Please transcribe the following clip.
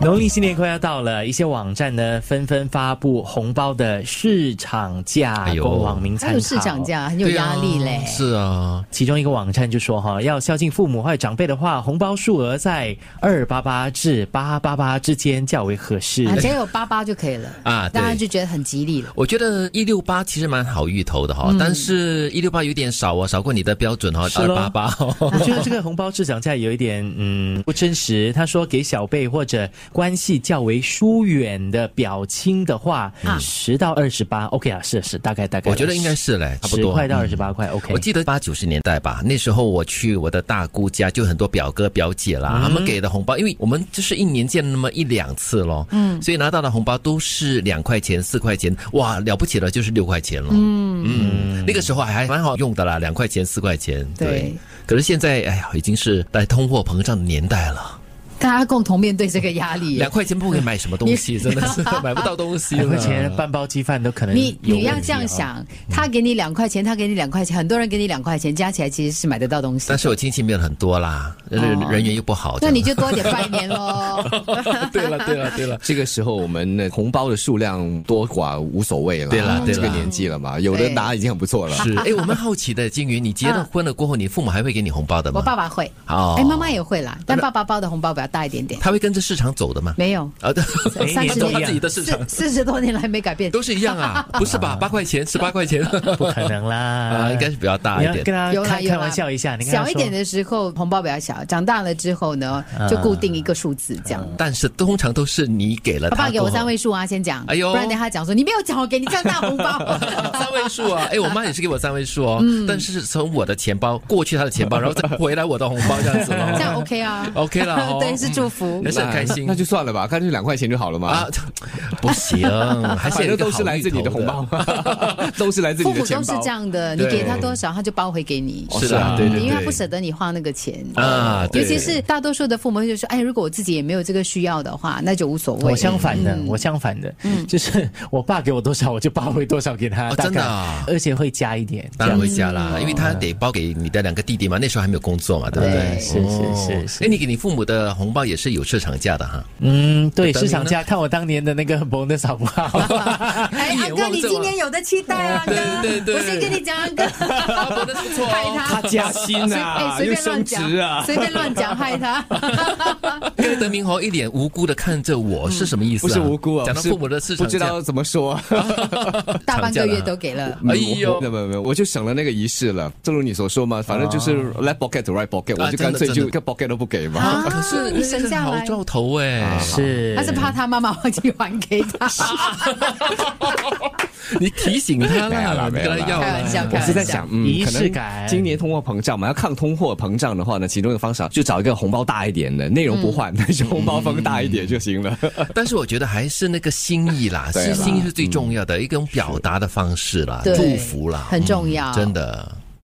农历新年快要到了，一些网站呢纷纷发布红包的市场价，哎呦供网民还参考。有市场，价，很有对压力嘞啊。。是啊，其中一个网站就说哈，要孝敬父母或者长辈的话，红包数额在二八八至八八八之间较为合适。 啊，只要有八八就可以了啊对大家就觉得很吉利了。我觉得一六八其实蛮好预投的哈、嗯但是一六八有点少哦，少过你的标准哦，是二咯八八 我觉得这个红包市场价有一点嗯不真实。他说给小辈或者关系较为疏远的表亲的话，十、到二十八，OK 啊，是是，大概大概，嗯我觉得应该是嘞，差不十多。块到二十八块，OK。我记得八九十年代吧，那时候我去我的大姑家，就很多表哥表姐啦，他们给的红包，因为我们就是一年见那么一两次咯，嗯，所以拿到的红包都是两块钱、四块钱，哇，了不起了就是六块钱了，嗯嗯，那个时候还蛮好用的啦，两块钱、四块钱，对。对可是现在，哎呀，已经是在通货膨胀的年代了，大家共同面对这个压力。两块钱不可以买什么东西，真的是买不到东西了。两块钱半包鸡饭都可能你有你要问题这样哦，想，他给你两块钱，他给你两块钱，很多人给你两块钱，加起来其实是买得到东西但。是我亲戚没有很多啦，人哦人缘又不好。那你这就多点拜年喽。 样对了，对了，对了。 这个时候我们的红包的数量多寡无所谓了，啊对啦对这啦个年纪了嘛，有的拿已经很不错了。是，哎，我们好奇的，金鱼，你结了婚了过后，你父母还会给你红包的吗？我爸爸会，哦哎，妈妈也会啦，但爸爸包的红包比较大一点点。他会跟着市场走的 吗？没有，啊，对， 每一三年十都走一他样自己的市场四四十多年来没改变。都是一样啊，不是吧？八块钱，十八块钱不可能啦，啊，应该是比较大你一要点跟。他有啦开有啦开玩笑一下，你跟他小说一点的时候红包比较小，长大了之后呢，嗯就固定一个数字这样。但是通常都是你给了爸他，爸给我三位，数啊，先讲，哎呦不然等下讲说你没有讲，我给你这样大红包。 三位数啊！哎，我妈也是给我三位数哦，但是是从我的钱包过去她的钱包，然后再回来我的红包这样子 这咯。样 OK 啊 OK 啦哦对，是 祝福嗯。还是很开心那，那就算了吧，干脆两块钱就好了嘛。啊， 不行，还是反有一个正都好是来自你意的头红包，， 都是来自父你的母钱都是包。这样的，你对给他多少，他就包回给你。哦是是啊啊，对对对因为他不舍得你花那个钱啊对尤其是大多数的父母就说：“哎，如果我自己也没有这个需要的话，那就无所谓。”我相反嗯的，我相反的，就是我爸给我多少，我就包回多少给他，哦大真的概啊而且会加一点。当然回家啦，因为他得包给你的两个弟弟嘛，那时候还没有工作嘛，对不对？对是是是是哎，你给你父母的红包也是有市场价的哈，嗯，对，等你呢市场价看我当年的那个 bonus 好不好？哎，一安眼哥，望你着今我年有的期待啊，对安哥对对我先跟你讲，安哥，包的不错害他他。加薪随 哎，随便乱讲，随便乱讲，害他。刚才德明豪一脸无辜的看着我，是什么意思啊？不是无辜啊，讲到不是父母的市不场知价，道怎么说。大半吵架个月了都给了， 哎呦 没有没有没有，我就省了那个仪式了。正如你所说嘛，反正就是 left pocket to right pocket，啊我就真干脆的真就的一个 pocket 都不给嘛。啊可是你啊那省是下好来兆头啊哎， 是，他 是怕他妈妈忘记还给他。你提醒他 没有啦，啦你跟他没有啦要开啦玩笑，开我玩是在笑。想，嗯，仪可式能感今年通货膨胀嘛，要抗通货膨胀的话呢，其中一个方式啊就找一个红包大一点的，内容不嗯换，但是红包封大一点就行了。但是我觉得还是那个心意啦，对是啦嗯心意是最重要的一种表达的方式啦，对祝福啦，很重要嗯真的。